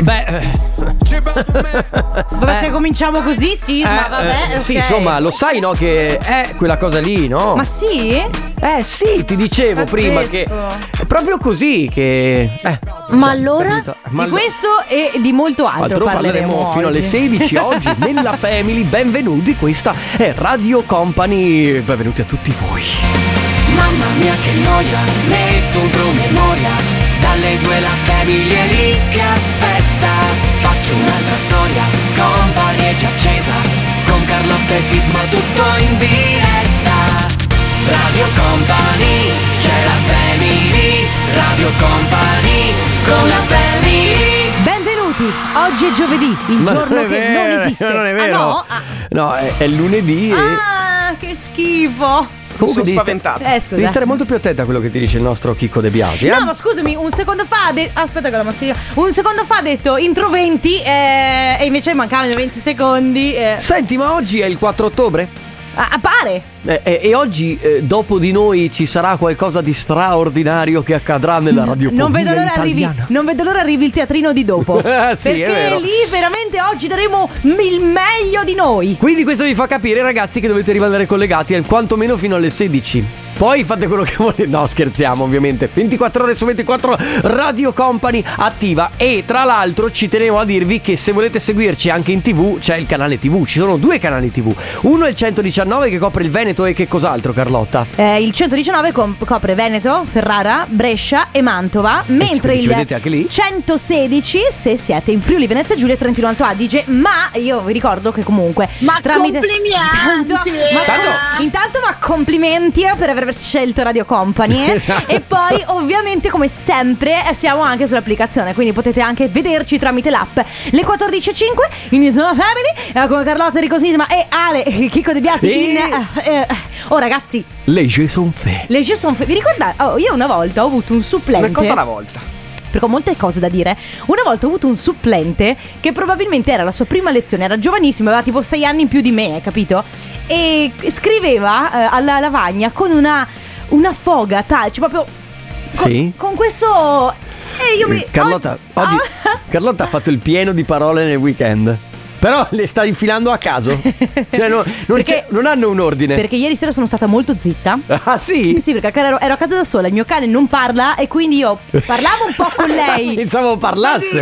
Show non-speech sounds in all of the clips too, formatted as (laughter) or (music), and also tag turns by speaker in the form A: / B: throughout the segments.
A: Beh.
B: Vabbè, se cominciamo così, sisma,
A: Eh,
B: vabbè.
A: eh, Sì,
B: ok.
A: insomma, lo sai, no? Che è quella cosa lì, no?
B: Ma sì?
A: Eh sì, ti dicevo prima che.
B: Pazzesco.
A: È proprio così che. Eh.
C: Ma allora?
A: capito?
B: di
A: allo-
B: questo e di molto altro,
A: Altro parleremo fino alle
B: oggi.
A: 16 (laughs) oggi nella Family. Benvenuti, questa è Radio Company. Benvenuti a tutti voi.
D: Mamma mia che noia, metto un promemoria Dalle due la famiglia è lì che aspetta Faccio un'altra storia, company è già accesa Con Carlotta e Sisma tutto in diretta Radio Company, c'è la family Radio Company, con la family
B: Benvenuti. Oggi è giovedì, il
A: Ma
B: giorno
A: non è (laughs)
B: che
A: vero,
B: non esiste.
A: Non è
B: Ah,
A: vero.
B: no? Ah.
A: No, è, è lunedì e.
B: Ah, che schifo.
A: Comunque devi, sta-
B: Eh, scusa.
A: devi stare molto più attenta a quello che ti dice il nostro Chicco De Biasi. eh?
B: No, ma scusami, un secondo fa. ha de- Aspetta, che ho la mascherina. Un secondo fa ha detto intro 20, eh, e invece mancavano 20 secondi. Eh.
A: Senti, ma oggi è il 4 ottobre?
B: Ah, appare.
A: Eh, eh, e oggi eh, dopo di noi ci sarà qualcosa di straordinario che accadrà nella radio
B: Non vedo l'ora arrivi. Non vedo l'ora arrivi il teatrino
A: (laughs)
B: di dopo.
A: Eh, sì, è
B: perché
A: vero.
B: lì veramente oggi daremo il meglio di noi.
A: Quindi questo vi fa capire ragazzi che dovete rimanere collegati al quantomeno fino alle 16. Poi fate quello che volete. No, scherziamo ovviamente. 24 ore su 24 Radio Company attiva. E tra l'altro ci tenevo a dirvi che se volete seguirci anche in tv c'è il canale tv. Ci sono due canali tv. Uno è il 119 che copre il Veneto e che cos'altro Carlotta?
B: Eh, il 119 com- copre Veneto, Ferrara, Brescia e Mantova, mentre
A: Eh, ci
B: il
A: vedete anche lì?
B: 116 se siete in Friuli, Venezia Giulia e Trentino Alto Adige, ma io vi ricordo che comunque
C: Ma
B: tramite
C: complimenti!
B: Tanto- ma-
A: Tanto-
B: intanto ma complimenti eh, per aver scelto Radio Company eh.
A: Esatto.
B: e poi ovviamente come sempre eh, siamo anche sull'applicazione, quindi potete anche vederci tramite l'app. Le 14:05 in Isma Family eh, con Carlotta Rico Sisma e Ale Chicco De Biasi
A: Sì.
B: in eh, eh, Oh ragazzi,
A: Le Jason Fe.
B: le jeux sont faits. Vi ricordate? Oh, io una volta ho avuto un supplente. Una cosa alla volta. Perché ho molte cose da dire. Una volta ho avuto un supplente che probabilmente era la sua prima lezione, era giovanissimo, aveva tipo sei anni in più di me, hai capito? E scriveva eh, alla lavagna con una, una foga tale, cioè proprio. con-
A: Sì? Eh,
B: Con questo. E io mi.
A: Carlotta,
B: oh-
A: oggi,
B: ah.
A: (laughs) Carlotta ha fatto il pieno di parole nel weekend. Però le sta infilando a
B: (laughs)
A: caso. Cioè, no- non,
B: Perché-
A: c'è- non hanno un ordine.
B: Perché ieri sera sono stata molto zitta.
A: Ah, sì?
B: Sì, perché ero, ero a casa da sola, il mio cane non parla e quindi io parlavo un po' con
A: (laughs)
B: lei. Ah,
A: Pensavo parlasse.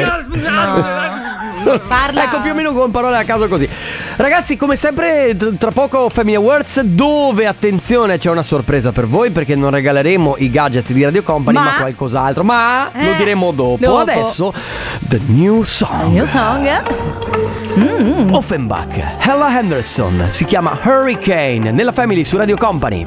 B: Parla.
A: Ecco più o meno con parole a caso così. Ragazzi, come sempre, t- tra poco Family Awards, dove attenzione c'è una sorpresa per voi perché non regaleremo i gadget di Radio Company, ma,
B: Ma-
A: qualcos'altro. Ma lo
B: Eh,
A: diremo dopo.
B: dopo.
A: Adesso, The New Song.
B: New song.
A: Offenbach, Hella Henderson, si chiama Hurricane, nella Family su Radio Company.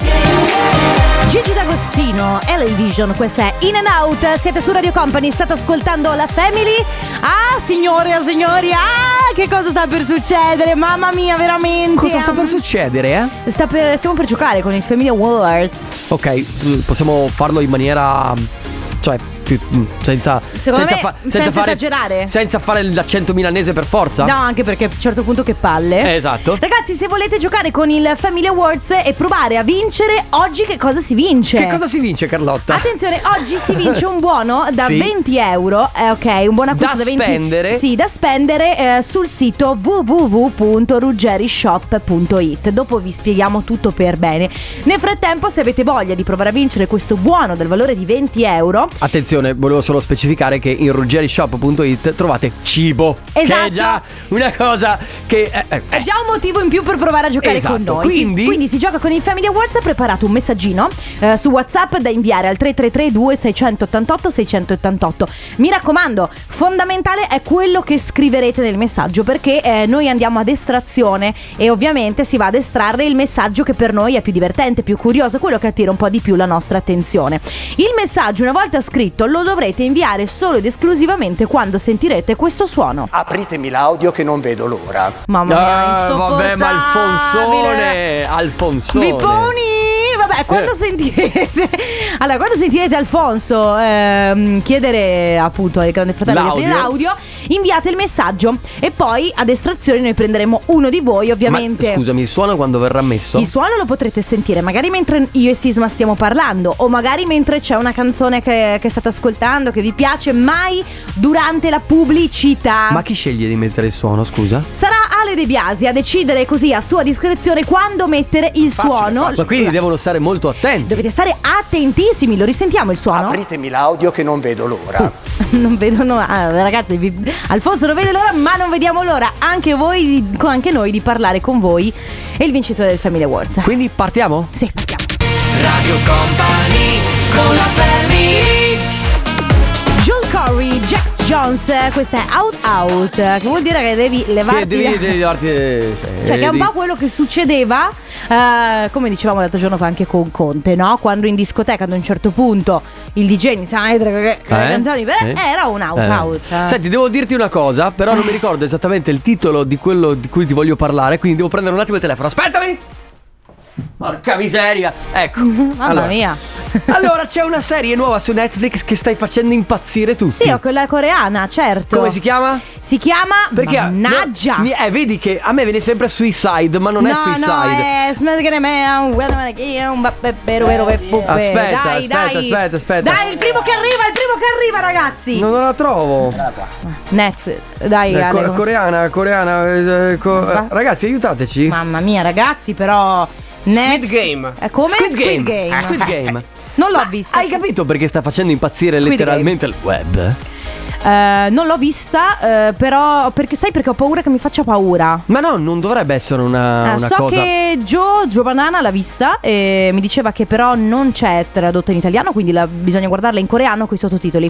B: Gigi D'Agostino, LA Vision, questa è In and Out, siete su Radio Company, state ascoltando la Family. Ah, signore, ah, signori, ah, che cosa sta per succedere? Mamma mia, veramente.
A: Cosa sta
B: ah,
A: per succedere, eh?
B: sta per- stiamo per giocare con il Family Awards.
A: Ok, mm, possiamo farlo in maniera. cioè, più, mm, senza.
B: Secondo me, senza
A: fare-
B: esagerare.
A: Senza fare l'accento milanese per forza.
B: No, anche perché a un certo punto che palle.
A: Eh, esatto.
B: Ragazzi, se volete giocare con il Family Awards e provare a vincere, oggi che cosa si vince?
A: Che cosa si vince, Carlotta?
B: Attenzione, oggi si vince un buono da
A: Sì.
B: 20 euro. Eh, ok, un buon acquisto da,
A: Da
B: 20
A: spendere.
B: Sì, da spendere eh, sul sito www.ruggerishop.it. Dopo vi spieghiamo tutto per bene. Nel frattempo, se avete voglia di provare a vincere questo buono del valore di 20 euro,
A: Attenzione, volevo solo specificare che in ruggerishop.it trovate cibo. Che è
B: Esatto.
A: già una cosa che. eh, eh,
B: È già un motivo in più per provare a giocare
A: Esatto,
B: con noi.
A: quindi-
B: Si, si gioca con il Family Awards. Ha preparato un messaggino eh, su WhatsApp da inviare al 333-2688-688. Mi raccomando, fondamentale è quello che scriverete nel messaggio perché eh, noi andiamo ad estrazione e ovviamente si va ad estrarre il messaggio che per noi è più divertente, più curioso, quello che attira un po' di più la nostra attenzione. Il messaggio, una volta scritto, lo dovrete inviare solo ed esclusivamente quando sentirete questo suono.
E: Apritemi l'audio che non vedo l'ora.
B: Mamma mia,
A: Ah, vabbè,
B: insopportabile.
A: ma Alfonsone! Alfonsone!
B: Viponi! Vabbè, quando
A: Eh.
B: sentirete Allora, quando sentirete Alfonso ehm, chiedere appunto al grande fratello di aprire
A: L'audio.
B: l'audio, inviate il messaggio e poi ad estrazione noi prenderemo uno di voi,
A: Ma,
B: ovviamente.
A: scusami, il suono quando verrà messo?
B: Il suono lo potrete sentire magari mentre io e Sisma stiamo parlando o magari mentre c'è una canzone che, che state ascoltando che vi piace, mai durante la pubblicità.
A: Ma chi sceglie di mettere il suono, scusa?
B: Sarà Ale De Biasi a decidere così a sua discrezione quando mettere il suono.
A: Ma quindi devono stare molto attenti.
B: Dovete stare attentissimi, lo risentiamo il suono?
E: Apritemi l'audio che non vedo l'ora.
B: (laughs) Non vedono, ah, ragazzi, vi- Alfonso non vede l'ora, ma non vediamo l'ora anche voi, di- anche noi, di parlare con voi e il vincitore del Family Awards.
A: Quindi partiamo?
B: Sì, partiamo.
D: Radio Company con la family
B: Joel Corey, Jack Jones, eh, questa è Out Out, eh, che vuol dire che devi levarti.
A: Che devi,
B: la-
A: devi darti.
B: Cioè, che è un po' quello che succedeva, eh, come dicevamo l'altro giorno fa anche con Conte, no? Quando in discoteca ad un certo punto il DJ iniziava a mettere che- che "Ah, eh, le canzoni, beh, era un out out. eh.
A: Eh? Senti, devo dirti una cosa, però non mi ricordo esattamente il titolo di quello di cui ti voglio parlare, quindi devo prendere un attimo il telefono. Aspettami! Porca miseria! Ecco.
B: (laughs) Mamma
A: Allora. (laughs)
B: mia.
A: Allora, c'è una serie nuova su Netflix che stai facendo impazzire tutti.
B: Sì, ho quella coreana, certo.
A: Come si chiama?
B: Si chiama
A: Perché
B: Mannaggia.
A: no, mi- eh, vedi che a me viene sempre Suicide, ma non è
B: no,
A: Suicide.
B: no, è Smell che ne me, un guarda me che è un ba- be- vero vero be- bube.
A: Aspetta,
B: dai,
A: aspetta,
B: dai.
A: aspetta, aspetta.
B: Dai, il primo che arriva, il primo che arriva, ragazzi.
A: No, non la trovo.
B: Netflix. Dai,
A: Eh, co-
B: Ale.
A: coreana, coreana. eh, co-
B: Va.
A: eh, ragazzi, aiutateci.
B: Mamma mia, ragazzi, però Netflix-
F: Game.
B: Eh, come
A: Squid Game.
B: Game.
A: Squid Game.
B: (laughs) Non l'ho vista.
A: Hai capito perché sta facendo impazzire
B: Squid
A: letteralmente il web?
B: Eh, non l'ho vista, eh, però perché sai perché ho paura che mi faccia paura.
A: Ma no, non dovrebbe essere una,
B: Ah,
A: una
B: so
A: cosa.
B: che Gio, Gio Banana l'ha vista e mi diceva che però non c'è tradotta in italiano, quindi la- bisogna guardarla in coreano con i sottotitoli.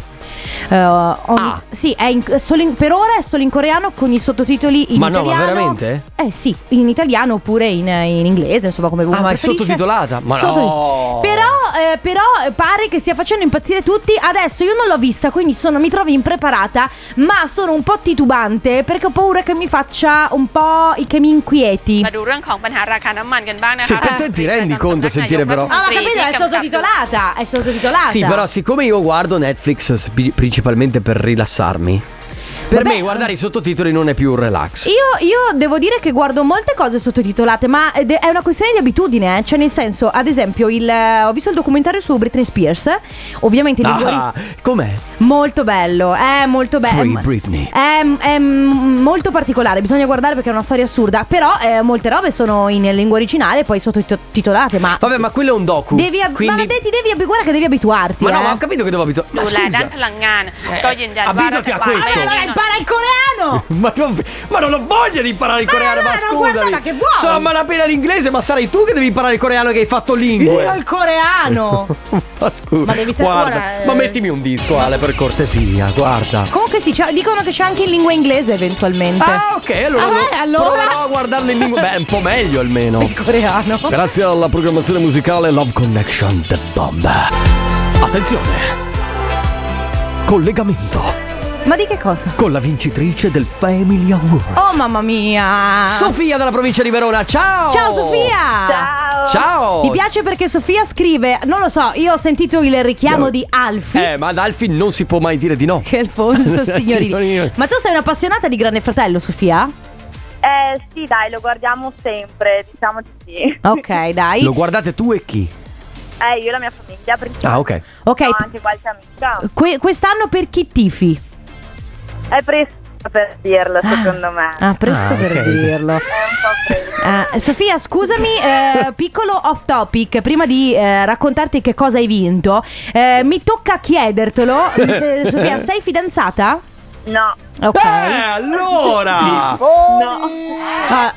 B: Eh, ogni-
A: Ah.
B: Sì, è in- solo in- per ora è solo in coreano con i sottotitoli in
A: Ma no, ma
B: italiano.
A: veramente?
B: Eh sì, in italiano oppure in, in inglese, insomma come vuoi.
A: Ah, ma è sottotitolata? Ma no!
B: Però, eh, però pare che stia facendo impazzire tutti. Adesso io non l'ho vista, quindi sono- mi trovo impreparata, ma sono un po' titubante perché ho paura che mi faccia un po'... che mi inquieti.
G: มาดูเรื่องของปัญหาราคาน้ำมันกันบ้างนะ
A: เสร็จ
G: คะ
A: แล้วเต้นทีแรกดีโกนตัวเสร็จทีเดียวไปแล้ว
B: Ah, ma
G: รี
B: capito, è
G: ที่กำกับ
B: sottotitolata. È sottotitolata.
A: Sì, però siccome io guardo Netflix spi- principalmente per rilassarmi, per
B: Vabbè.
A: me guardare i sottotitoli non è più un relax.
B: Io, io devo dire che guardo molte cose sottotitolate, ma ed è una questione di abitudine. eh. Cioè, nel senso, ad esempio, il, eh, ho visto il documentario su Britney Spears. Ovviamente in lingua
A: Ah, com'è?
B: Molto bello, è molto
A: Free
B: bello.
A: Britney.
B: È, è molto particolare, bisogna guardare perché è una storia assurda. Però eh, molte robe sono in lingua originale e poi sottotitolate. Ma
A: Vabbè, ma quello è un docu.
B: devi, ab-
A: quindi-
B: ma ti devi ab- guarda che devi abituarti.
A: Ma no,
B: eh.
A: ma ho capito che devo abituare. Ma
G: ดูแลด้านพ
A: scusa.
G: ลังงาน ก็ยืนยันว่ารัฐ
A: abituati a
G: บาล
A: questo
B: Eh, allora impara il coreano!
A: Ma non, ma non ho voglia di imparare il
B: Ma
A: coreano, ma
B: allora non
A: scusami.
B: guarda, ma che vuoi?
A: Sono a malapena l'inglese, ma sarai tu che devi imparare il coreano che hai fatto lingue.
B: Io il coreano!
A: (laughs) ma scusa.
B: Ma devi stare
A: guarda,
B: ancora, eh.
A: Ma mettimi un disco, Ale, per cortesia, guarda.
B: Comunque sì, c'è- dicono che c'è anche in lingua inglese eventualmente.
A: Ah, ok, allora,
B: Ah,
A: lo-
B: beh, allora? Ecco.
A: proverò a guardarlo in lingua. Beh, un po' meglio almeno.
B: Il coreano.
A: Grazie alla programmazione musicale Love Connection The Bomb. Attenzione! Collegamento
B: Ma di che cosa?
A: con la vincitrice del Family Awards.
B: Oh mamma mia!
A: Sofia dalla provincia di Verona, ciao!
B: Ciao Sofia!
A: Ciao!
B: Mi piace perché Sofia scrive, non lo so, io ho sentito il richiamo di Alfie.
A: Eh, ma ad Alfie non si può mai dire di no.
B: (laughs) Che è
A: (laughs)
B: Alfonso signorini.
A: Signorini.
B: Ma tu sei un'appassionata di Grande Fratello, Sofia?
H: Eh sì, dai, lo guardiamo sempre, diciamo di sì.
B: Ok, dai.
A: Lo guardate tu e chi?
H: (laughs) Eh, io e la mia famiglia, perché
A: Ah, ok.
B: Ok,
H: ho anche qualche amica.
B: que- quest'anno per chi tifi?
H: È presto per dirlo, secondo me.
B: Ah, presto
A: Ah,
B: per
A: ok.
B: dirlo.
H: È un po' presto.
B: Ah, Sofia, scusami, eh, piccolo off topic, prima di eh, raccontarti che cosa hai vinto, eh, mi tocca
A: (laughs)
B: chiedertelo. Eh, Sofia, sei fidanzata?
H: No,
B: Ok.
A: (laughs) allora!
B: Ah,
A: Eh, Oh.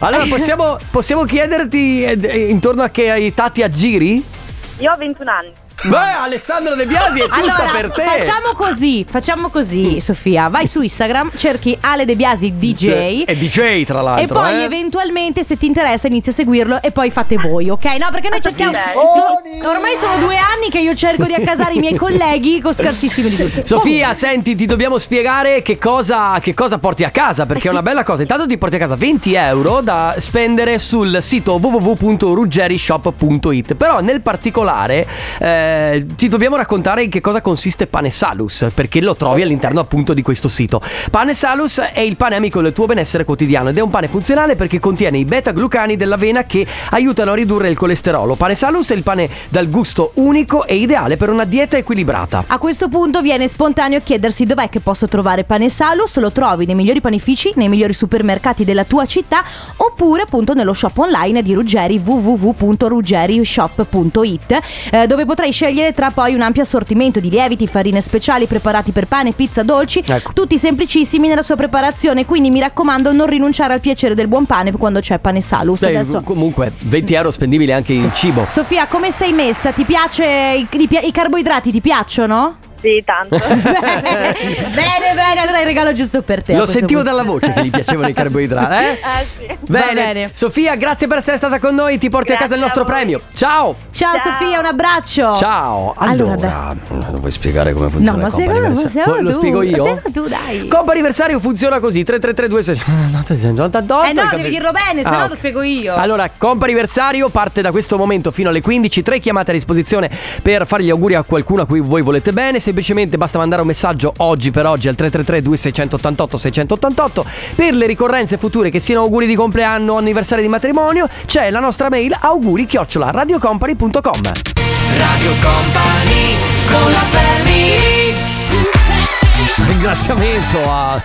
A: Allora possiamo, possiamo chiederti eh, eh, intorno a che ai tati a giri?
H: io ho 21 anni.
A: Beh, Alessandro De Biasi è giusta
B: allora,
A: per te. Mm.
B: facciamo così, facciamo così, Sofia, vai su Instagram, cerchi Ale De Biasi DJ
A: Eh, È DJ tra l'altro.
B: e poi
A: eh.
B: eventualmente se ti interessa inizia a seguirlo e poi fate voi, ok? No, perché noi cerchiamo...
E: Buoni!
B: so- ormai sono due anni che io cerco di accasare
A: (laughs)
B: i miei colleghi con scarsissimi risultati.
A: Sofia, senti, ti dobbiamo spiegare che cosa, che cosa porti a casa, perché è una bella cosa. Intanto ti porti a casa 20 euro da spendere sul sito www.ruggerishop.it. Però nel particolare eh, eh, ti dobbiamo raccontare in che cosa consiste Pane Salus, perché lo trovi all'interno appunto di questo sito. Pane Salus è il pane amico del tuo benessere quotidiano ed è un pane funzionale perché contiene i beta-glucani dell'avena che aiutano a ridurre il colesterolo. Pane Salus è il pane dal gusto unico e ideale per una dieta equilibrata.
B: A questo punto viene spontaneo chiedersi dov'è che posso trovare pane salus, lo trovi nei migliori panifici, nei migliori supermercati della tua città oppure appunto nello shop online di Ruggeri www.ruggerishop.it eh, dove potrai scegliere tra poi un ampio assortimento di lieviti, farine speciali, preparati per pane, pizza, dolci,
A: Ecco.
B: tutti semplicissimi nella sua preparazione, quindi mi raccomando non rinunciare al piacere del buon pane quando c'è pane salus.
A: Dai,
B: Adesso-
A: Comunque, 20 euro spendibili anche in
B: (laughs)
A: cibo.
B: Sofia, come sei messa? Ti piace i- i pi- i carboidrati? Ti piacciono?
H: Sì, tanto.
B: (laughs) bene, bene, allora il regalo giusto per te. a
A: (laughs) Lo
B: questo
A: sentivo
B: punto.
A: dalla voce che gli piacevano i carboidrati.
B: (laughs) Sì.
A: Eh?
H: Eh, sì.
A: Bene.
B: Va bene.
A: Sofia, grazie per essere stata con noi. Ti porti a casa
H: Grazie
A: il nostro
H: a voi.
A: premio. Ciao.
B: Ciao,
H: Ciao.
B: Sofia, un abbraccio.
A: Ciao.
B: Oh. Allora,
A: Allora, non vuoi spiegare come funziona
B: No, ma
A: il Company
B: spiegalo,
A: Anniversario?
B: spiegalo
A: Vuoi- Lo
B: tu.
A: spiego io.
B: Spiega tu, dai.
A: Companiversario funziona così: 3332
B: Eh no, devi dirlo bene, se no lo spiego io.
A: Ah, Allora, Companiversario parte da questo momento fino alle 15. Tre chiamate a disposizione per fare gli auguri a qualcuno a cui voi volete bene. Semplicemente basta mandare un messaggio oggi per oggi al 333-2688-688. Per le ricorrenze future, che siano auguri di compleanno o anniversario di matrimonio, c'è la nostra mail auguri chiocciola radiocompany.com.
D: Radio Company con la
A: (laughs) Ringraziamento a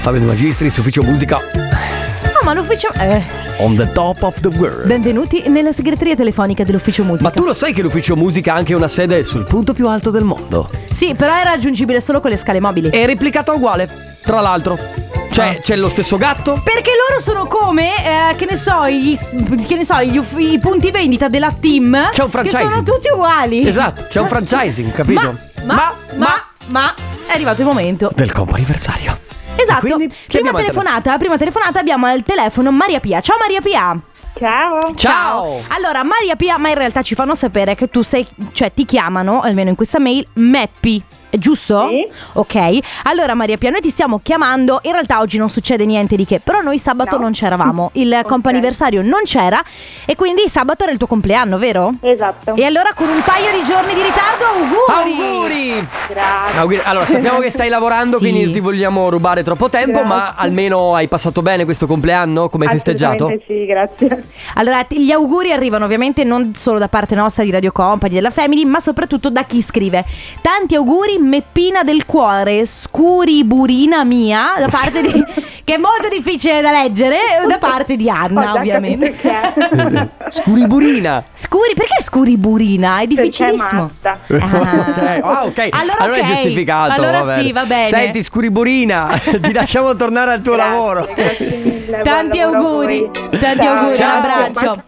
A: Fabio De Magistris, ufficio musica
B: No, ma l'ufficio. eh,
A: on the top of the world.
B: benvenuti nella segreteria telefonica dell'ufficio musica.
A: Ma tu lo sai che l'ufficio musica ha anche una sede sul punto più alto del mondo?
B: Sì, però è raggiungibile solo con le scale mobili.
A: È replicato uguale, tra l'altro.
B: Ah.
A: Cioè, c'è lo stesso gatto?
B: Perché loro sono come, eh, che ne so, gli, che ne so gli uff- i punti vendita della team.
A: C'è un franchising.
B: Che sono tutti uguali.
A: Esatto, c'è un franchising, capito?
B: ma, ma, ma, ma è arrivato il momento.
A: del compo anniversario.
B: Esatto.
A: Quindi, chi
B: prima
A: abbiamo al telefono?
B: telefonata, prima telefonata abbiamo al telefono Maria Pia. Ciao Maria Pia.
H: Ciao.
A: Ciao.
B: Allora, Maria Pia, ma in realtà ci fanno sapere che tu sei, cioè ti chiamano, almeno in questa mail, Meppi. è Giusto?
H: Sì.
B: Ok. Allora Maria Pia, noi ti stiamo chiamando. In realtà oggi non succede niente di che, però noi sabato
H: No.
B: non c'eravamo. Il
H: Ok.
B: comp'anniversario non c'era e quindi sabato era il tuo compleanno, vero?
H: Esatto.
B: E allora con un paio di giorni di ritardo, auguri!
A: Auguri!
H: Grazie.
A: Auguri. Allora, sappiamo che stai lavorando,
B: (laughs) Sì.
A: quindi non ti vogliamo rubare troppo tempo, ma
H: Grazie.
A: almeno hai passato bene questo compleanno? Come hai festeggiato?
H: Assolutamente Sì, grazie.
B: Allora, ti- gli auguri arrivano ovviamente non solo da parte nostra di Radio Company, della Family, ma soprattutto da chi scrive. Tanti auguri, Meppina del cuore, scuriburina mia, da parte di. che è molto difficile da leggere, da parte di
H: Ho già
B: Anna, (laughs) ovviamente.
H: capito chi è.
A: Scuriburina!
B: Scuri, perché scuriburina? È difficilissimo.
H: Marta.
A: (laughs) Ok, ah, ok.
B: Allora,
A: è
B: ok.
A: giustificato.
B: Allora
A: vabbè.
B: sì, va bene.
A: Senti, Scuriburina, (laughs) ti lasciamo tornare al tuo
H: Grazie,
A: lavoro.
H: grazie mille,
B: Tanti
H: buon lavoro
B: auguri,
H: a voi.
B: tanti
H: Ciao.
B: auguri, un
A: Ciao.
B: abbraccio.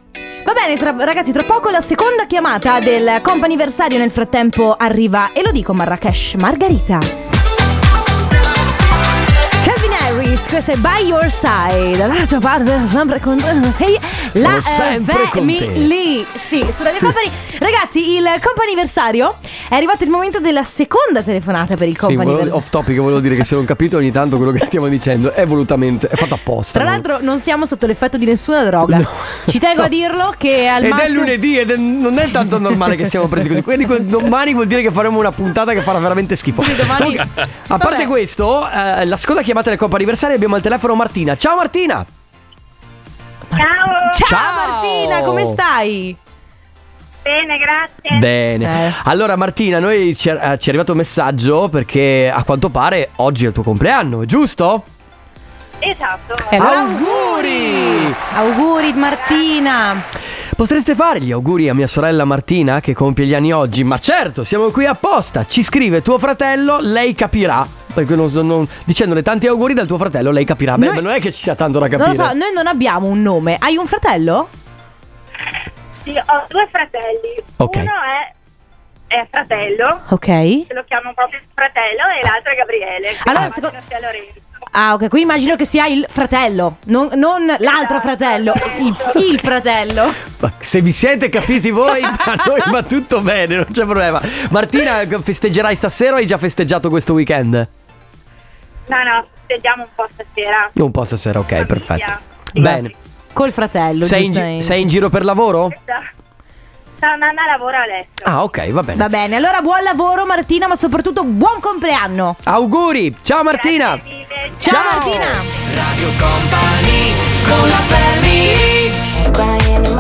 B: Va bene, tra- ragazzi, tra poco la seconda chiamata del comp'anniversario. Nel frattempo arriva, e lo dico, Marrakesh, Margherita. Calvin Harris, questo è By Your Side. Dall'altra parte, sempre con sei la eh,
A: sempre con te.
B: Family. Sì, su Radio Company. ragazzi, il comp'anniversario è arrivato il momento della seconda telefonata per il
A: Sì, volevo-
B: comp'anniversario.
A: off topic, volevo dire che se non capito ogni tanto quello che stiamo dicendo è volutamente, è fatto apposta.
B: Tra l'altro non siamo sotto l'effetto di nessuna droga.
A: (laughs) No.
B: Ci tengo a dirlo che al
A: ed è
B: massimo-
A: lunedì ed è- non è tanto normale che siamo presi così. Quindi que- domani vuol dire che faremo una puntata che farà veramente schifo.
B: Sì, domani-
A: Comunque, a parte
B: Vabbè.
A: questo, eh, la seconda chiamata del Coppa Anniversario abbiamo al telefono Martina. Ciao Martina!
H: Ciao.
B: Ciao,
A: Ciao!
B: Martina, come stai?
H: Bene, grazie.
A: Bene.
B: Eh.
A: Allora Martina, noi ci è, eh, ci è arrivato un messaggio perché a quanto pare oggi è il tuo compleanno, è giusto?
H: esatto.
B: allora,
A: auguri!
B: Eh, Auguri Martina.
A: Potreste fare gli auguri a mia sorella Martina che compie gli anni oggi, ma certo, siamo qui apposta. Ci scrive tuo fratello, lei capirà. Perché non, non- dicendole tanti auguri dal tuo fratello, lei capirà. Beh,
B: Noi-
A: ma non è che ci sia tanto da capire.
B: Non lo so, noi non abbiamo un nome. Hai un fratello?
H: Sì, ho due fratelli.
A: Ok.
H: Uno è, è fratello,
B: Ok.
H: se lo chiamo proprio fratello, e l'altro è Gabriele. che
B: Allora,
H: si chiama
B: secondo-
H: Gabriele Lorenzo.
B: Ah, ok, quindi immagino che sia il fratello, non, non l'altro fratello, il, il fratello.
A: Ma se vi siete capiti voi, (laughs) a noi va tutto bene, non c'è problema. Martina, festeggerai stasera o hai già festeggiato questo weekend?
H: No, no, vediamo un po' stasera.
A: Un po' stasera, ok,
H: Famiglia.
A: perfetto.
H: Sì.
A: Bene.
B: Col fratello,
A: Sei in, gi-
B: giustamente.
A: sei in giro per lavoro?
H: Esatto. sta andando a lavorare Alessio.
A: Ah, ok, va bene.
B: Va bene, allora buon lavoro Martina, ma soprattutto buon compleanno.
A: Auguri, ciao Martina.
H: Grazie mille.
B: Ciao,
A: Ciao.
B: Martina.
D: Radio Company con la family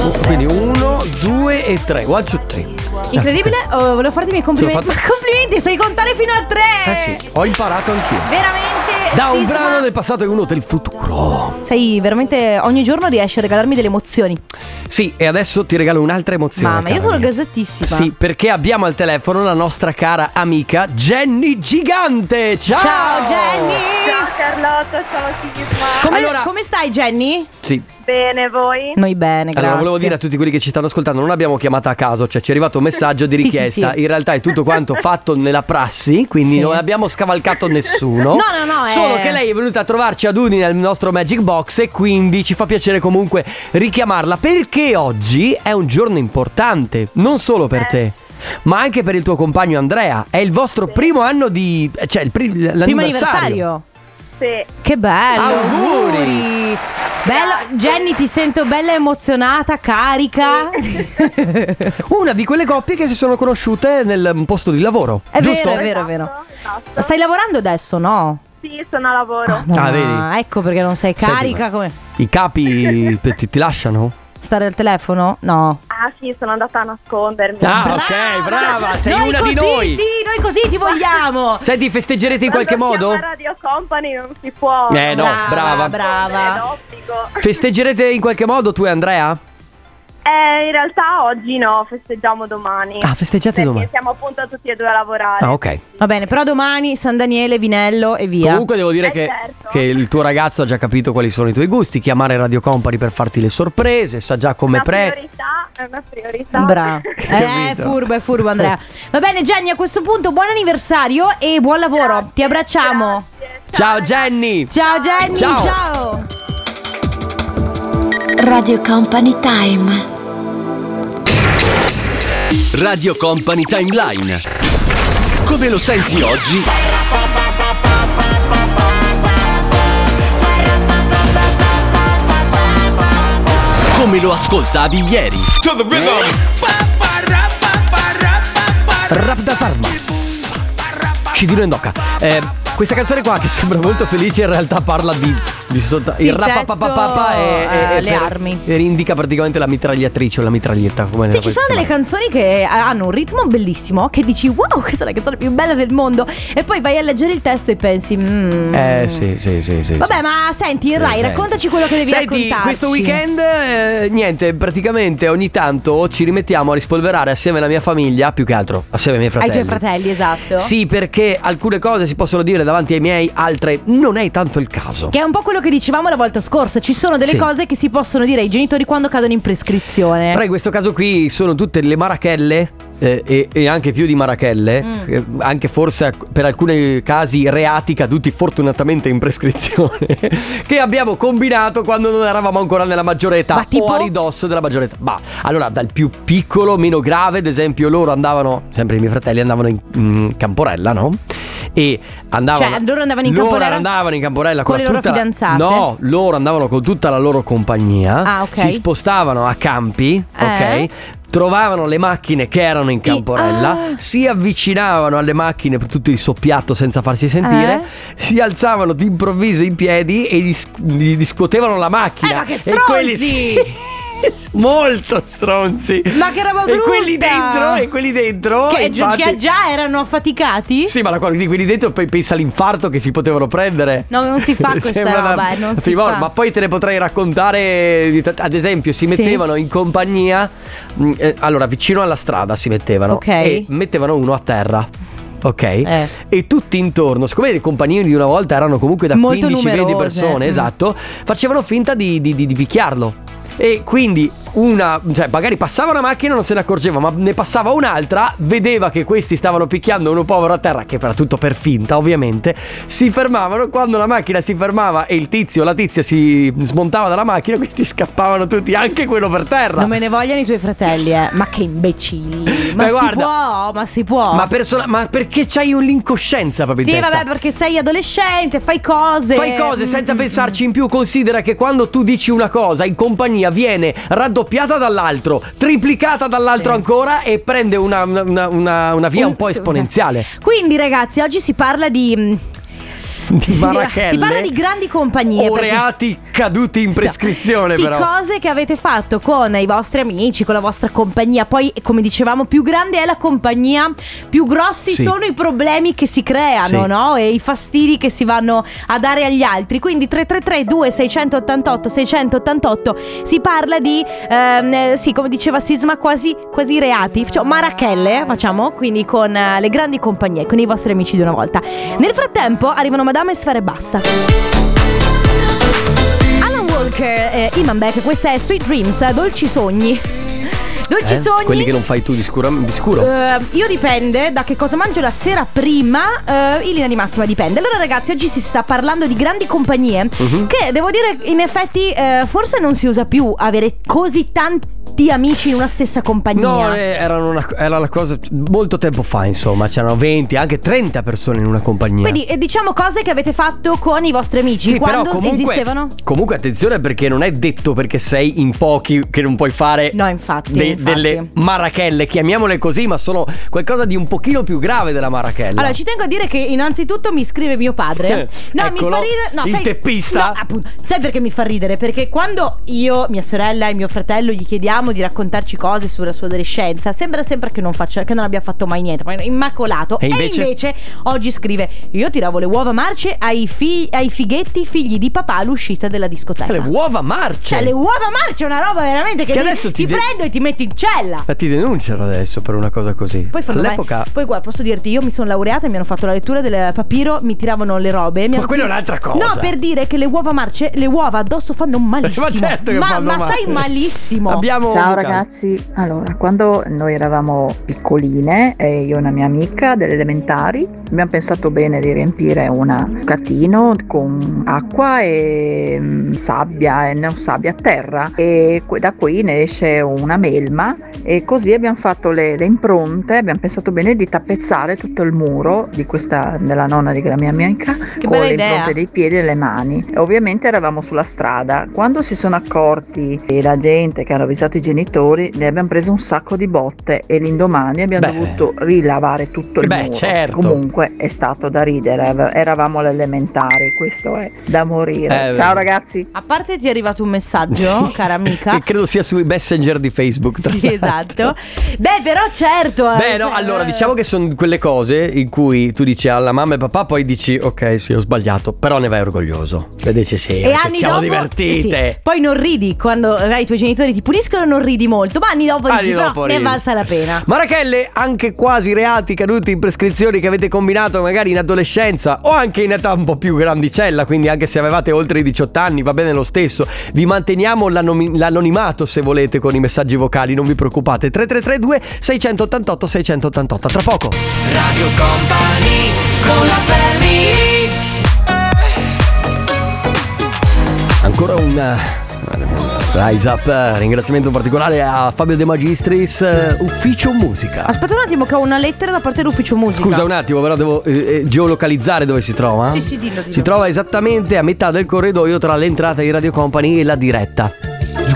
A: Oh, Quindi uno, due e tre. One, two, three.
B: Incredibile, oh, volevo farti i miei complimenti.
A: Sono
B: Ma complimenti, sai contare fino a tre.
A: Eh sì, ho imparato anch'io.
B: Veramente.
A: Da un
B: Sisma,
A: brano del passato e uno del futuro.
B: Sei veramente ogni giorno riesci a regalarmi delle emozioni.
A: Sì, e adesso ti regalo un'altra emozione.
B: Mamma, io
A: cara
B: sono
A: mia.
B: gasatissima.
A: Sì, perché abbiamo al telefono la nostra cara amica Jenny Gigante. Ciao!
B: Ciao Jenny.
H: Ciao Carlotta, ciao Sisma.
B: Come,
A: Allora-
B: come stai Jenny?
A: Sì,
H: Bene voi?
B: Noi bene, grazie.
A: Allora, volevo dire a tutti quelli che ci stanno ascoltando, non abbiamo chiamata a caso, cioè ci è arrivato un messaggio di
B: Sì, sì,
A: richiesta.
B: sì.
A: In realtà è tutto quanto fatto nella prassi, quindi
B: Sì.
A: non abbiamo scavalcato nessuno.
B: No, no, no,
A: Solo
B: è-
A: che lei è venuta a trovarci ad Udine al nostro Magic Box e quindi ci fa piacere comunque richiamarla perché oggi è un giorno importante, non solo
B: Eh.
A: per te. Ma anche per il tuo compagno Andrea, è il vostro primo anno di... cioè il pri- l'anniversario.
B: Primo anniversario.
H: Sì.
B: Che bello!
A: Auguri.
B: Bello, Jenny, ti sento bella emozionata, carica.
A: Una
B: (laughs)
A: di quelle coppie che si sono conosciute nel mm, posto di lavoro.
B: È
A: giusto?
B: vero, è vero, è vero.
H: Esatto, esatto.
B: Stai lavorando adesso, no?
H: Sì, sono a lavoro.
B: Ma-
A: Ah, vedi?
B: Ecco perché non sei
A: Senti,
B: carica
A: ma-
B: come
A: I capi te- ti, ti
B: (laughs)
A: lasciano?
B: stare al telefono? No.
H: Ah sì, sono andata a nascondermi.
A: Ah, ok, brava, sei
B: Noi
A: una di
B: così,
A: noi.
B: Sì, noi così ti vogliamo.
A: Senti, festeggerete in qualche
H: Quando si
A: modo?
H: chiama Radio Company non si può. eh,
A: Eh, no, brava.
B: brava.
H: È
B: brava.
H: d'obbligo.
A: Festeggerete in qualche modo tu e Andrea?
H: Eh, in realtà oggi no, festeggiamo domani.
A: Ah, festeggiate
H: Perché
A: domani.
H: Siamo appunto tutti e due a lavorare.
A: Ah, ok.
B: Va bene, però domani San Daniele, Vinello e via.
A: Comunque devo dire
H: Eh,
A: che,
H: certo.
A: che il tuo ragazzo ha già capito quali sono i tuoi gusti, chiamare Radio Company per farti le sorprese, sa già come
H: Una
A: pre...
H: priorità, è una priorità. (laughs)
B: Brava. Eh, è
A: Capito?
B: furbo, è furbo Andrea. Va bene Jenny, a questo punto buon anniversario e buon lavoro. ti abbracciamo.
H: Grazie.
A: Ciao
H: ragazzi.
A: Jenny!
B: Ciao Jenny,
A: Ciao. Eh,
B: ciao.
C: Radio Company Time
F: Radio Company Timeline. Come lo senti oggi? Come lo ascoltavi ieri?
A: Rapdas Armas Cidino in docca Eh, Questa canzone qua che (laughs) sembra molto felice in realtà parla di, di sotto-
B: Sì,
A: il rapapapapapa
B: testo,
A: e,
B: eh, le armi.
A: e indica praticamente la mitragliatrice o la mitraglietta come
B: Sì,
A: la
B: ci
A: puoi
B: sono delle
A: chiamare.
B: canzoni che eh, hanno un ritmo bellissimo che dici wow, questa è la canzone più bella del mondo e poi vai a leggere il testo e pensi "Mm".
A: Eh sì sì sì sì
B: Vabbè,
A: sì.
B: ma senti, Rai,
A: Presente.
B: raccontaci quello che devi
A: Senti,
B: raccontarci.
A: questo weekend, eh, niente, praticamente ogni tanto ci rimettiamo a rispolverare assieme alla mia famiglia, più che altro assieme ai miei
B: Ai
A: fratelli.
B: tuoi fratelli, esatto.
A: Sì, perché alcune cose si possono dire davanti ai miei, altre non è tanto il caso.
B: Che è un po' quello che dicevamo la volta scorsa, ci sono delle
A: Sì.
B: cose che si possono dire ai genitori quando cadono in prescrizione.
A: Però in questo caso qui sono tutte le marachelle eh, e, e anche più di marachelle,
B: Mm.
A: eh, anche forse ac- per alcuni casi reati caduti fortunatamente in prescrizione, (laughs) che abbiamo combinato quando non eravamo ancora nella maggiore età
B: Ma
A: o
B: tipo?
A: a ridosso della maggiore età. Ma allora dal più piccolo, meno grave, ad esempio loro andavano, sempre i miei fratelli andavano in, in Camporella, no? E andavano
B: Cioè, loro andavano in
A: loro
B: Camporella
A: andavano in Camporella
B: con le loro
A: tutta la-
B: fidanzate?
A: No, loro andavano con tutta la loro compagnia.
B: Ah, ok.
A: Si spostavano a campi,
B: Eh.
A: ok? Trovavano le macchine che erano in camporella,
B: ah.
A: si avvicinavano alle macchine per tutto il soppiatto senza farsi sentire,
B: Eh.
A: si alzavano d'improvviso in piedi e gli, sc- gli- gli scuotevano la macchina.
B: Eh, ma che
A: E quelli
B: stronzi!
A: si- (laughs) Molto stronzi.
B: Ma che roba
A: E quelli
B: brutta!
A: dentro, e quelli dentro.
B: che, gi-
A: infatti-
B: che già erano affaticati?
A: sì, ma la qualità di quelli dentro pe- pensa all'infarto che si potevano prendere.
B: No, non si fa
A: (laughs)
B: questa
A: Sembra una-
B: roba, eh, non
A: una
B: si
A: fivor-
B: fa.
A: Ma poi te ne potrei raccontare. di t- Ad esempio, si
B: Sì.
A: mettevano in compagnia. mh, eh, allora, vicino alla strada si mettevano.
B: Ok.
A: E mettevano uno a terra. Ok?
B: Eh.
A: E tutti intorno, siccome le compagnie di una volta erano comunque da
B: Molto
A: 15-20
B: numerose,
A: persone,
B: mm.
A: esatto, facevano finta di, di- di- di picchiarlo. E quindi una, cioè magari passava una macchina non se ne accorgeva, ma ne passava un'altra, vedeva che questi stavano picchiando uno povero a terra, che era tutto per finta ovviamente, si fermavano, quando la macchina si fermava e il tizio o la tizia si smontava dalla macchina, questi scappavano tutti, anche quello per terra.
B: Non me ne vogliono i tuoi fratelli, eh. Ma che imbecilli.
A: (laughs)
B: Ma
A: Beh,
B: si
A: guarda.
B: può, ma si può.
A: Ma, persona- ma perché c'hai un'incoscienza proprio in
B: sì,
A: testa?
B: vabbè, perché sei adolescente, fai cose.
A: Fai cose senza
B: Mm.
A: pensarci in più, considera che quando tu dici una cosa in compagnia viene raddoppiata dall'altro, triplicata dall'altro
B: Sì.
A: ancora e prende una, una- una- una via un po'
B: (laughs)
A: esponenziale.
B: Quindi ragazzi, oggi si parla di... mm,
A: Di
B: Si-
A: Marachelle.
B: si parla di grandi compagnie,
A: O
B: perché-
A: reati caduti in prescrizione
B: sì,
A: però.
B: cose che avete fatto con i vostri amici, con la vostra compagnia. Poi, come dicevamo, più grande è la compagnia, più grossi
A: Sì.
B: sono i problemi che si creano,
A: Sì.
B: no? E i fastidi che si vanno a dare agli altri. Quindi 333 2688 688 si parla di ehm, eh, sì, come diceva Sisma, quasi, quasi reati. Facciamo marachelle, facciamo, quindi con eh, le grandi compagnie, con i vostri amici di una volta. Nel frattempo arrivano Madame e Sfera e basta. Alan Walker, eh, Iman Beck, questa è Sweet Dreams, eh, Dolci Sogni. Dolci
A: Eh?
B: Sogni.
A: Quelli che non fai tu di, sicura- di sicuro.
B: Eh, io dipende da che cosa mangio la sera prima, eh, in linea di massima dipende. Allora ragazzi, oggi si sta parlando di grandi compagnie
A: Mhm.
B: che devo dire in effetti eh, forse non si usa più avere così tanti amici in una stessa compagnia.
A: No, eh, erano una- era la cosa molto tempo fa, insomma, c'erano 20, anche 30 persone in una compagnia.
B: Quindi eh, diciamo cose che avete fatto con i vostri amici
A: Sì,
B: quando
A: però comunque,
B: esistevano.
A: Comunque attenzione perché non è detto perché sei in pochi che non puoi fare
B: No, infatti,
A: de-
B: infatti.
A: delle marachelle, chiamiamole così, ma sono qualcosa di un pochino più grave della marachella.
B: Allora, ci tengo a dire che innanzitutto mi scrive mio padre. No, mi
A: Eh, Eccolo,
B: fa ridere. No,
A: il
B: sai,
A: teppista.
B: No, appunto, sai perché mi fa ridere? Perché quando io, mia sorella e mio fratello gli chiediamo di raccontarci cose sulla sua adolescenza, sembra sempre che non, faccia, che non abbia fatto mai niente, ma è immacolato.
A: E invece?
B: oggi scrive: Io tiravo le uova marce ai, fi- ai fighetti figli di papà all'uscita della discoteca.
A: le uova marce.
B: cioè, le uova marce è una roba veramente che,
A: Che
B: ti-
A: adesso ti
B: ti
A: de-
B: prendo e ti metto in cella.
A: Ma ti denunciano adesso per una cosa così.
B: Poi fanno
A: All'epoca
B: mai- Poi guarda, posso dirti, io mi sono laureata e mi hanno fatto la lettura del papiro, mi tiravano le robe. Mi
A: Ma
B: hanno-
A: quella è un'altra cosa.
B: No, per dire che le uova marce, le uova addosso fanno malissimo.
A: (laughs) Ma certo che
B: ma,
A: fanno
B: ma
A: male.
B: sai malissimo.
A: Abbiamo
I: Ciao
A: Luca.
I: ragazzi, allora quando noi eravamo piccoline, eh, io e una mia amica delle elementari, abbiamo pensato bene di riempire una- un catino con acqua e mm, sabbia, e non sabbia, terra e que- da qui ne esce una melma e così abbiamo fatto le, le impronte, abbiamo pensato bene di tappezzare tutto il muro di questa, della nonna di la mia amica
B: Che
I: con
B: bella
I: le
B: idea.
I: impronte dei piedi e le mani. E ovviamente eravamo sulla strada. Quando si sono accorti e la gente che hanno avvisato i genitori, ne abbiamo preso un sacco di botte e l'indomani abbiamo
A: Beh.
I: dovuto rilavare tutto il
A: Beh,
I: muro.
A: certo.
I: Comunque è stato da ridere, ave- eravamo alle elementari, questo è da morire.
A: Eh,
I: Ciao
A: beh.
I: ragazzi.
B: A parte ti è arrivato un messaggio, cara amica.
A: (laughs) Che credo sia sui messenger di Facebook. tra
B: sì,
A: l'altro.
B: esatto. Beh, però certo. eh,
A: Beh, no,
B: se-
A: allora diciamo che sono quelle cose in cui tu dici alla mamma e papà, poi dici ok, sì, ho sbagliato, però ne vai orgoglioso. E dici sì,
B: eh, E
A: ci
B: anni
A: siamo
B: dopo eh, sì,
A: divertite.
B: Poi non ridi quando eh, i tuoi genitori ti puliscono, non ridi molto, ma anni dopo
A: Anni
B: dici però
A: dopo
B: ne è
A: ridi."
B: valsa la pena.
A: Marachelle, anche quasi reati caduti in prescrizioni che avete combinato magari in adolescenza o anche in età un po' più grandicella, quindi anche se avevate oltre i 18 anni va bene lo stesso. Vi manteniamo l'anomi- l'anonimato se volete con i messaggi vocali, non vi preoccupate. 3332 688 688, tra poco.
D: Radio Company con la family
A: Ancora un eh, Rise Up, eh, ringraziamento particolare a Fabio De Magistris, eh, Ufficio Musica.
B: Aspetta un attimo che ho una lettera da parte dell'ufficio musica.
A: Scusa un attimo, però devo eh, eh, geolocalizzare dove si trova.
B: Sì, sì, dillo, dillo.
A: Si trova esattamente a metà del corridoio tra l'entrata di Radio Company e la diretta.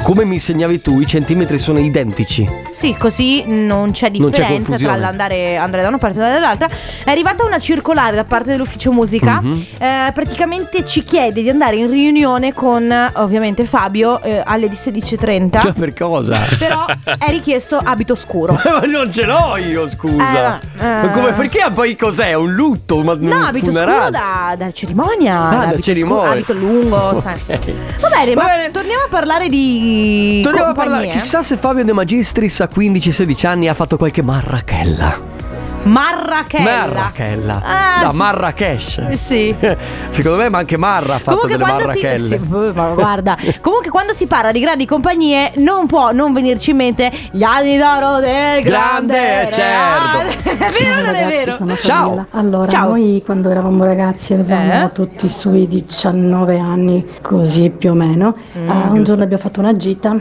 A: Come mi insegnavi tu, i centimetri sono identici.
B: Sì, così non c'è
A: Non c'è
B: differenza tra
A: confusione.
B: l'andare andare da una parte e andare dall'altra. È arrivata una circolare da parte dell'ufficio musica.
A: Mhm.
B: eh, praticamente ci chiede di andare in riunione con eh, ovviamente Fabio eh, alle 16.30.
A: Cioè, Mm, per
B: (laughs)
A: cosa?
B: Però è richiesto abito scuro.
A: Ma non ce l'ho io, scusa.
B: Eh, no, eh.
A: Come perché ah, poi cos'è? Un lutto? Un, un
B: No, abito scuro
A: funerale? Ah,
B: da, da cerimonia.
A: da
B: abito
A: cerimonia.
B: scuro, abito
A: (laughs)
B: lungo. sai. Va bene,
A: Va
B: ma
A: bene.
B: torniamo a parlare di.
A: Torniamo a
B: compagnie.
A: parlare. Chissà se Fabio De Magistris a 15-16 anni ha fatto qualche marrachella.
B: Marrakech.
A: Marrachella.
B: Ah,
A: da
B: sì. Eh
A: Marrakesh.
B: Sì.
A: (laughs) Secondo me, ma anche Marra ha fatto delle marrachelle.
B: si, sì, ma guarda,
A: (laughs)
B: comunque quando si parla di grandi compagnie non può non venirci in mente gli anni d'oro del grande,
A: Grande, eh, certo.
B: Real. (laughs) È vero o non è vero?
A: Ciao.
J: Allora,
B: Ciao.
J: noi quando eravamo ragazzi avevamo
B: Eh?
J: tutti
B: Mm,
J: sui 19 anni, così più o meno. Ah, un giorno abbiamo fatto una gita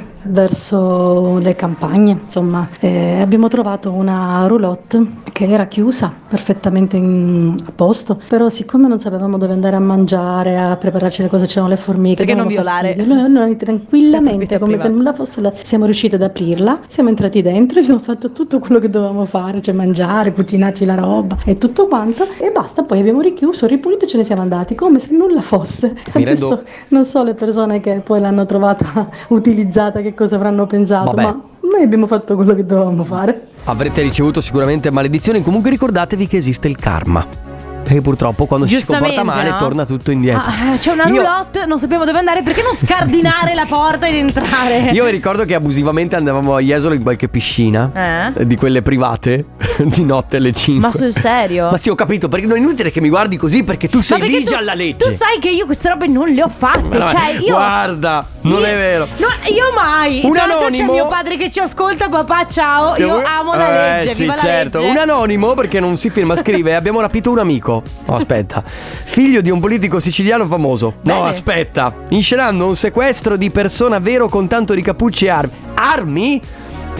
J: verso le campagne, insomma, eh, abbiamo trovato una roulotte che era chiusa, perfettamente in- a posto, però siccome non sapevamo dove andare a mangiare, a prepararci le cose, c'erano le formiche,
B: Perché non
J: davano
B: violare-
J: fastidio. Noi, noi
B: La (laughs) proprietà
J: tranquillamente, come se
B: privata.
J: nulla fosse, la- siamo riusciti ad aprirla, siamo entrati dentro, (laughs) abbiamo fatto tutto quello che dovevamo fare, cioè mangiare, cucinarci la roba e tutto quanto e basta, poi abbiamo richiuso, ripulito e ce ne siamo andati, come se nulla fosse.
A: Mi rendo-
J: Adesso non so le persone che poi l'hanno trovata (laughs) utilizzata che cosa avranno pensato,
A: Vabbè.
J: ma noi abbiamo fatto quello che dovevamo fare.
A: Avrete ricevuto sicuramente maledizioni. Comunque ricordatevi che esiste il karma. Perché purtroppo quando ci si comporta male
B: no?
A: torna tutto indietro.
B: Ah, eh, c'è una
A: Io-
B: roulotte, non sappiamo dove andare, perché non scardinare la porta ed entrare?
A: (laughs) Io mi ricordo che abusivamente andavamo a Jesolo in qualche piscina
B: Eh?
A: eh, di quelle private (laughs) di notte alle 5.
B: Ma sul serio?
A: Ma sì, ho capito, perché non è inutile che mi guardi così perché tu sei
B: Ma perché
A: lì
B: tu-
A: già alla legge.
B: Tu sai che io queste robe non le ho
A: Ma
B: fatte.
A: no,
B: cioè, io.
A: guarda, non è vero.
B: No, io mai.
A: Un
B: Tra l'altro c'è
A: anonimo-
B: mio padre che ci ascolta, papà, ciao. Io amo la
A: Eh,
B: legge.
A: sì,
B: viva la
A: certo.
B: legge.
A: Un anonimo perché non si firma
B: (laughs)
A: scrive abbiamo rapito un amico. No, aspetta. Figlio di un politico siciliano famoso. No,
B: Bene.
A: aspetta. Inscenando un sequestro di persona vero con tanto di cappucci e armi. Armi?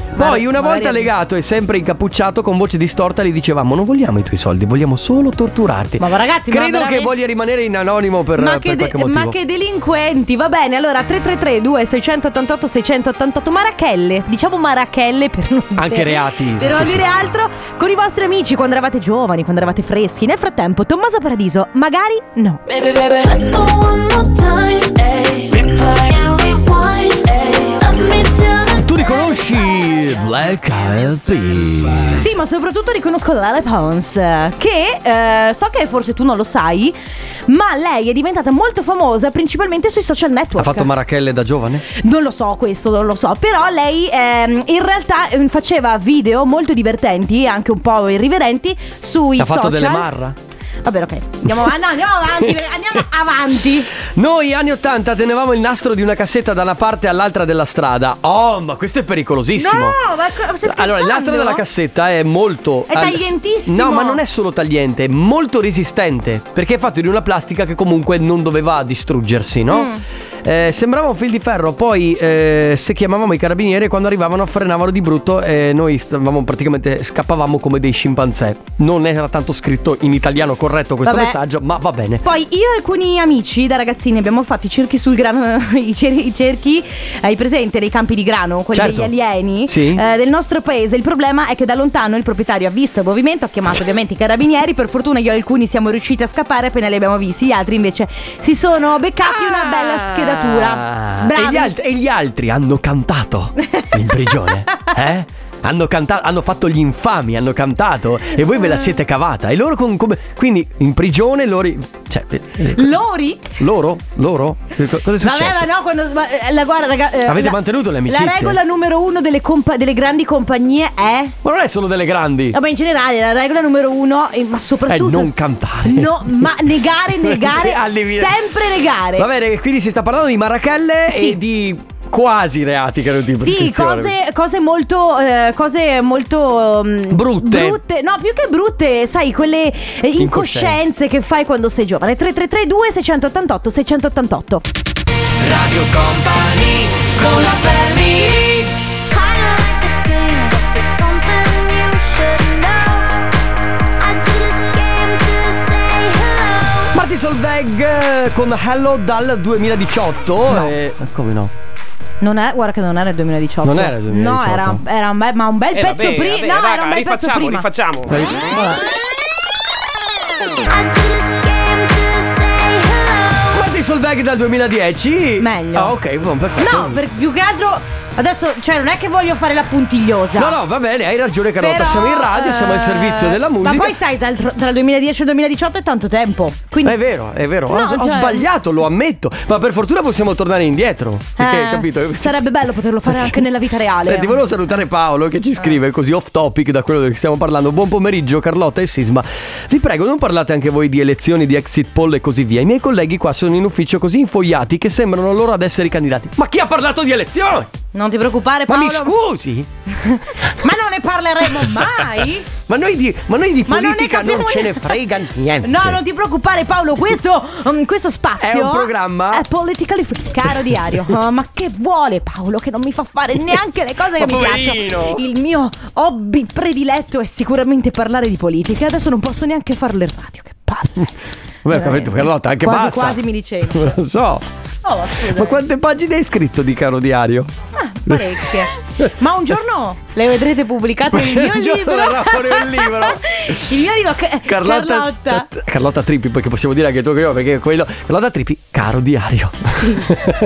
A: Poi
B: Ma-
A: una
B: magari-
A: volta legato e sempre incappucciato con voce distorta gli dicevamo non vogliamo i tuoi soldi, vogliamo solo torturarti.
B: Ma ragazzi, ma
A: credo che
B: veramente-
A: voglia rimanere in anonimo per,
B: ma,
A: per
B: che de-
A: qualche motivo.
B: ma che delinquenti, va bene. Allora, 333 2688 688 Marachelle, diciamo Marachelle per non dire-
A: Anche reati.
B: Per non
A: Sì,
B: dire altro, con i vostri amici quando eravate giovani, quando eravate freschi. Nel frattempo, Tommaso Paradiso, magari no.
A: Eh,
C: Let's go one more time, ayy. Replay and rewind, ayy. Love me till the
A: Tu riconosci Black Eyed Peas?
B: Sì, ma soprattutto riconosco Lele Pons, che eh, so che forse tu non lo sai, ma lei è diventata molto famosa principalmente sui social
A: Ha
B: network.
A: fatto Marachelle da giovane?
B: Non lo so questo, non lo so, però lei ehm, in realtà ehm, faceva video molto divertenti e anche un po' irriverenti sui
A: ha fatto delle
B: social.
A: marra?
B: Vabbè, ok. Andiamo, avanti, no, andiamo avanti,
A: (laughs)
B: andiamo avanti.
A: Noi anni 80 tenevamo il nastro di una cassetta da una parte all'altra della strada. Oh, ma questo è pericolosissimo.
B: No, ma co- stai
A: allora, il nastro
B: scherzando?
A: della cassetta è molto.
B: È
A: al-
B: taglientissimo.
A: No, ma non è solo tagliente, è molto resistente. Perché è fatto di una plastica che comunque non doveva distruggersi, no?
B: Mm.
A: Eh, sembrava un fil di ferro, poi eh, se chiamavamo i carabinieri quando arrivavano frenavano di brutto e noi stavamo praticamente scappavamo come dei scimpanzé. Non era tanto scritto in italiano corretto questo
B: Vabbè.
A: messaggio, ma va bene.
B: Poi io e alcuni amici da ragazzini abbiamo fatto i cerchi sul grano, (laughs) i, cer- i cerchi, hai presente nei campi di grano, quelli
A: Certo.
B: degli alieni
A: Sì.
B: eh, del nostro paese. Il problema è che da lontano il proprietario ha visto il movimento, ha chiamato ovviamente i carabinieri, per fortuna io e alcuni siamo riusciti a scappare appena li abbiamo visti, gli altri invece si sono beccati una bella schedatura.
A: Ah,
B: Bravi.
A: E gli, alt- e gli altri hanno cantato in
B: (laughs)
A: prigione, eh? Hanno cantato, hanno fatto gli infami, hanno cantato e voi ve la siete cavata. E loro con come. Quindi in prigione loro. Cioè. eh, eh,
B: Lori?
A: loro? Loro? Eh, co- Cosa è successo?
B: Vabbè, ma no, quando. ma, eh, la, guarda, raga, eh,
A: Avete
B: la-
A: mantenuto le amicizie?
B: La regola numero uno delle, compa- delle grandi compagnie è.
A: Ma non è solo delle grandi.
B: Vabbè, in generale, la regola numero uno, eh, ma
A: È
B: soprattutto.
A: non cantare.
B: No, ma
A: (laughs)
B: negare, negare,
A: Sì, allivire.
B: sempre negare.
A: Va bene, quindi si sta parlando di marachelle
B: Sì.
A: e di quasi reati che erano di
B: Sì,
A: prescrizione.
B: cose, cose molto. eh, cose molto. mm,
A: Brutte.
B: Brutte. No, più che brutte, sai, quelle eh, incoscienze che fai quando sei giovane. 3332 688 688.
D: Radio Company con la family
A: Marti Solveig eh, con Hello dal eh. 2018. e- come no?
B: Non è, guarda che non era il 2018.
A: Non era il 2018.
B: No, era, era un bel, ma un bel pezzo prima. No, era un bel pezzo prima.
A: Marti Solveig dal 2010.
B: Meglio.
A: Ah, ok, buon, perfetto.
B: No, per, più che altro. Adesso, cioè, non è che voglio fare la puntigliosa.
A: No, no, va bene, hai ragione Carlotta,
B: esatto. Però,
A: siamo in radio, siamo al
B: eh,
A: servizio della musica.
B: Ma poi sai, dal, tra il 2010 e il 2018 è tanto tempo. Quindi
A: È vero, è vero, ho,
B: No,
A: ho
B: cioè-
A: sbagliato, lo ammetto, ma per fortuna possiamo tornare indietro. Perché,
B: eh,
A: capito?
B: Sarebbe bello poterlo fare anche nella vita reale.
A: Senti, volevo salutare Paolo che ci scrive così off topic da quello di cui stiamo parlando. Buon pomeriggio Carlotta e Sisma. Vi prego, non parlate anche voi di elezioni, di exit poll e così via. I miei colleghi qua sono in ufficio così infogliati che sembrano loro ad essere i candidati. Ma chi ha parlato di elezioni?
B: Non ti preoccupare,
A: Ma
B: Paolo.
A: mi scusi?
B: Ma non ne parleremo
A: (laughs)
B: mai?
A: Ma noi di, ma noi di
B: Ma non ne
A: politica non,
B: capiamo
A: ce ne
B: niente.
A: frega niente.
B: (laughs) No, non ti preoccupare, Paolo. Questo, um, questo spazio
A: È un programma?
B: È politically free. Caro (laughs) diario, oh, ma che vuole Paolo? Che non mi fa fare neanche le cose che mi
A: Ma
B: piacciono.
A: poverino.
B: Il mio hobby prediletto è sicuramente parlare di politica. Adesso non posso neanche farlo in radio. Che palle.
A: Beh, ho capito, Carlotta, anche
B: quasi,
A: basta. (laughs)
B: Quasi mi licenzio.
A: Non lo so.
B: Oh, ma scusa.
A: Ma quante pagine hai scritto di caro diario?
B: Ah, parecchie. Ma un giorno le vedrete pubblicate nel mio
A: Un giorno
B: libro.
A: verrà fuori un libro.
B: (laughs) Il mio libro che-
A: Carlotta,
B: Carlotta.
A: Carlotta Trippi, perché possiamo dire anche tu che io, perché quello. Carlotta Trippi, caro diario.
B: (laughs)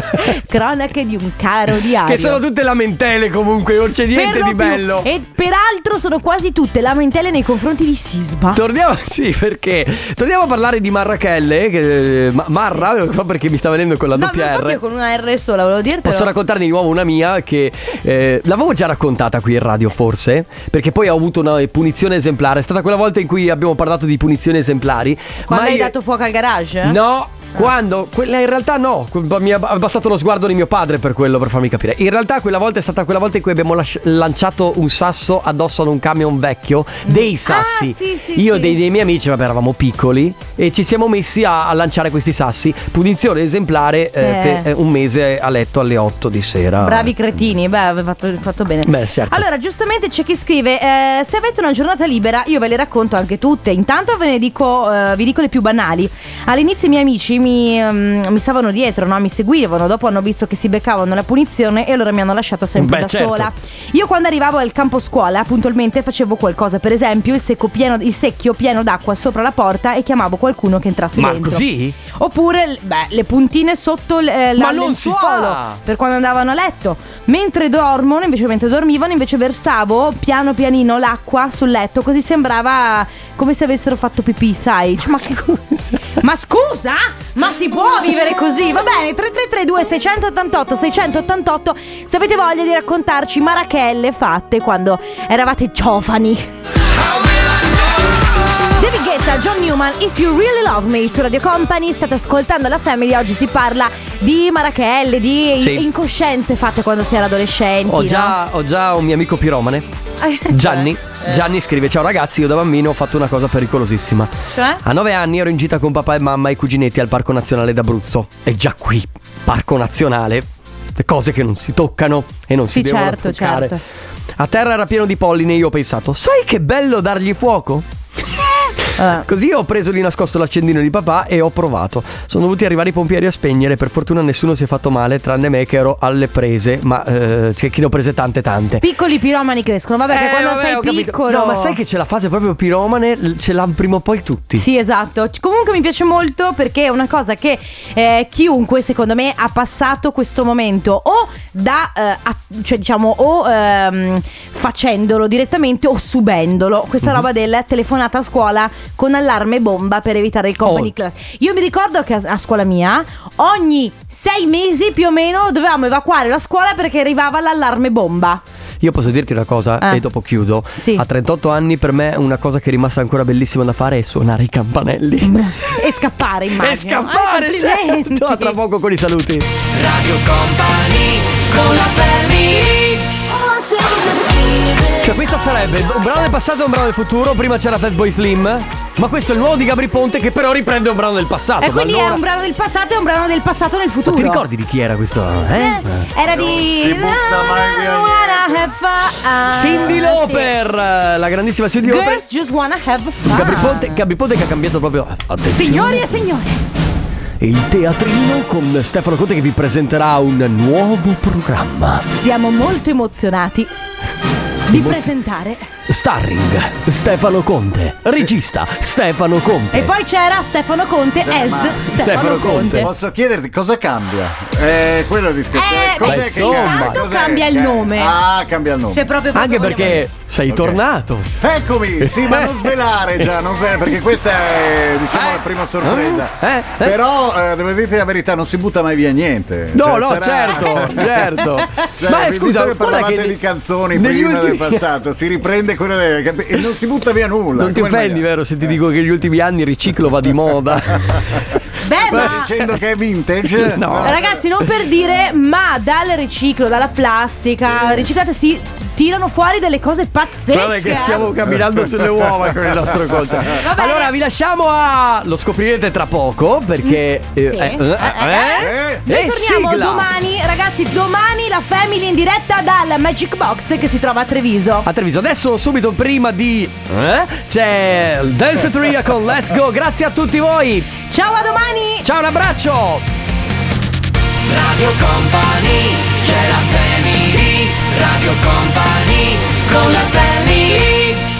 B: Cronache di un caro
A: (laughs)
B: diario.
A: Che sono tutte lamentele comunque, non c'è
B: Per
A: niente
B: lo
A: di
B: più-
A: bello.
B: E peraltro sono quasi tutte lamentele nei confronti di Sisba.
A: Torniamo, (laughs) sì, perché torniamo a parlare di Marrachelle. Che, eh, ma- Marra, non so perché mi sta venendo con la
B: No, ma
A: doppia
B: infatti
A: R.
B: io con una R sola, volevo dire.
A: Posso
B: però-
A: raccontarne di nuovo una mia che eh, l'avevo già raccontata qui in radio forse, perché poi ho avuto una punizione esemplare. È stata quella volta in cui abbiamo parlato di punizioni esemplari.
B: Quando
A: ma
B: hai
A: io-
B: dato fuoco al garage? eh?
A: No, quando? Quella in realtà no, que- mi ha ba- bastato lo sguardo di mio padre per quello, per farmi capire. In realtà quella volta è stata quella volta in cui abbiamo lasci- lanciato un sasso addosso ad un camion vecchio, dei sassi.
B: Ah, sì, sì,
A: Io e
B: sì.
A: dei, dei miei amici, vabbè eravamo piccoli, e ci siamo messi a, a lanciare questi sassi. Punizione esemplare eh,
B: Eh.
A: per eh, un mese a letto alle 8 di sera.
B: Bravi cretini, beh, avete fatto, fatto bene.
A: Beh, certo.
B: Allora, giustamente c'è chi scrive: eh, Se avete una giornata libera, io ve le racconto anche tutte. Intanto ve ne dico, eh, vi dico le più banali. All'inizio i miei amici mi, ehm, mi stavano dietro, no? mi seguivano. Dopo hanno visto che si beccavano la punizione e allora mi hanno lasciata sempre
A: Beh,
B: da
A: certo.
B: sola. Io quando arrivavo al campo scuola, puntualmente facevo qualcosa. Per esempio, il, secco pieno- il secchio pieno d'acqua sopra la porta e chiamavo qualcuno che entrasse
A: Ma
B: dentro.
A: così?
B: Oppure l- beh, le puntine sotto l- eh, la
A: Ma non si
B: lenzuolo
A: fa!
B: per quando andavano a letto. Mentre dormono, invece mentre dormivano, invece versavo piano pianino l'acqua sul letto, così sembrava come se avessero fatto pipì, sai? Cioè, ma, scusa. ma scusa? Ma si può vivere così? Va bene, 3332 688 688 se avete voglia di raccontarci marachelle fatte quando eravate giovani. David Guetta, John Newman, If You Really Love Me su Radio Company, state ascoltando la Family, oggi si parla di marachelle, di
A: Sì.
B: in- incoscienze fatte quando si era adolescenti.
A: Ho già, ho già un mio amico
B: (laughs)
A: piromane.
B: no?
A: Gianni.
B: Eh.
A: Gianni scrive: Ciao ragazzi, io da bambino ho fatto una cosa pericolosissima.
B: Cioè?
A: A nove anni ero in gita con papà e mamma e i cuginetti al Parco Nazionale d'Abruzzo. E già qui, Parco Nazionale, le cose che non si toccano e non si
B: Sì,
A: devono
B: certo,
A: toccare.
B: certo.
A: A terra era pieno di polline e io ho pensato: Sai che bello dargli fuoco?
B: Allora,
A: Così ho preso di nascosto l'accendino di papà e ho provato. Sono dovuti arrivare i pompieri a spegnere. Per fortuna nessuno si è fatto male, tranne me che ero alle prese, ma eh, c'è chi ne ho prese tante tante.
B: piccoli piromani crescono, vabbè, che
A: Eh,
B: quando
A: vabbè,
B: sei
A: ho capito.
B: piccolo.
A: No, ma sai che c'è la fase proprio piromane, l- ce l'hanno prima o poi tutti.
B: Sì, esatto. C- Comunque mi piace molto perché è una cosa che eh, chiunque, secondo me, ha passato questo momento o da, eh, a- cioè diciamo, o ehm, facendolo direttamente o subendolo. Questa
A: Mhm.
B: roba del telefonata a scuola con allarme bomba per evitare il company
A: Oh.
B: class. Io mi ricordo che a, a scuola mia ogni sei mesi più o meno dovevamo evacuare la scuola perché arrivava l'allarme bomba.
A: Io posso dirti una cosa
B: Ah.
A: e dopo chiudo.
B: Sì.
A: A 38 anni per me una cosa che è rimasta ancora bellissima da fare è suonare i campanelli.
B: E scappare, immagino.
A: (laughs) e scappare,
B: Ah, complimenti.
A: certo. A tra poco con i saluti.
D: Radio Company con la family
A: Cioè, questa sarebbe un brano del passato e un brano del futuro. Prima c'era Fatboy Slim. Ma questo è il nuovo di Gabri Ponte che però riprende un brano del passato.
B: E quindi
A: allora-
B: è un brano del passato e un brano del passato nel futuro.
A: Ti ricordi di chi era questo? Eh?
B: Eh, Era di.
K: si butta mai via
B: Wanna have fun.
A: Cindy Loper, la grandissima
B: Sì.
A: Cindy Loper.
B: Girls just wanna have fun.
A: Gabri Ponte, Gabri Ponte che ha cambiato proprio. Attenzione.
B: Signori e signori.
A: Il teatrino con Stefano Conte che vi presenterà un nuovo programma.
B: Siamo molto emozionati di presentare.
A: Starring Stefano Conte, regista Stefano Conte.
B: E poi c'era Stefano Conte as Stefano,
A: Stefano Conte.
B: Conte.
K: Posso chiederti cosa cambia? Eh, quello è il rischio.
B: Eh,
K: Cos'è
A: beh,
K: che
A: insomma.
K: cambia?
B: Intanto
K: Cos'è?
B: cambia il
K: Eh,
B: nome.
K: Ah, cambia il nome.
B: Se proprio
A: Anche
B: proprio
A: perché sei
K: Ok.
A: tornato.
K: Eccomi, sì, ma
A: (laughs)
K: non svelare già, non svelare, perché questa è diciamo
A: Eh.
K: la prima sorpresa.
A: Eh, eh.
K: Però eh, devo dirti la verità, non si butta mai via niente.
A: No,
K: Cioè,
A: no,
K: sarà-
A: certo, certo.
K: Cioè,
A: Ma eh,
K: visto
A: scusa,
K: che
A: guarda
K: parlavate
A: che
K: di canzoni
A: negli
K: prima del
A: ultimi-
K: passato, si riprende quella del, capi- e non si butta via nulla.
A: Non ti
K: come
A: offendi,
K: mai- (laughs)
A: vero, se ti dico che negli ultimi anni il riciclo va di moda.
B: Beh,
K: Stai
B: ma-
K: dicendo che è vintage?
A: Ah. No.
B: Ragazzi, non per dire, ma dal riciclo, dalla plastica riciclata si tirano fuori delle cose pazzesche. eh.
A: Guarda che stiamo camminando sulle uova con il nostro
K: (laughs)
A: colto. Allora vi lasciamo a. Lo scoprirete tra poco perché. eh,
B: Mm. Sì.
A: eh, eh, eh,
B: Noi
A: eh,
B: torniamo
A: sigla.
B: domani, ragazzi, domani la Family in diretta dal Magic Box che si trova a Treviso.
A: A Treviso, adesso subito prima di. eh, C'è il Dance Tria con Let's Go. Grazie a tutti voi.
B: Ciao, a domani.
A: Ciao, un abbraccio.
D: Radio Company, c'è la family, Radio Company, con la family.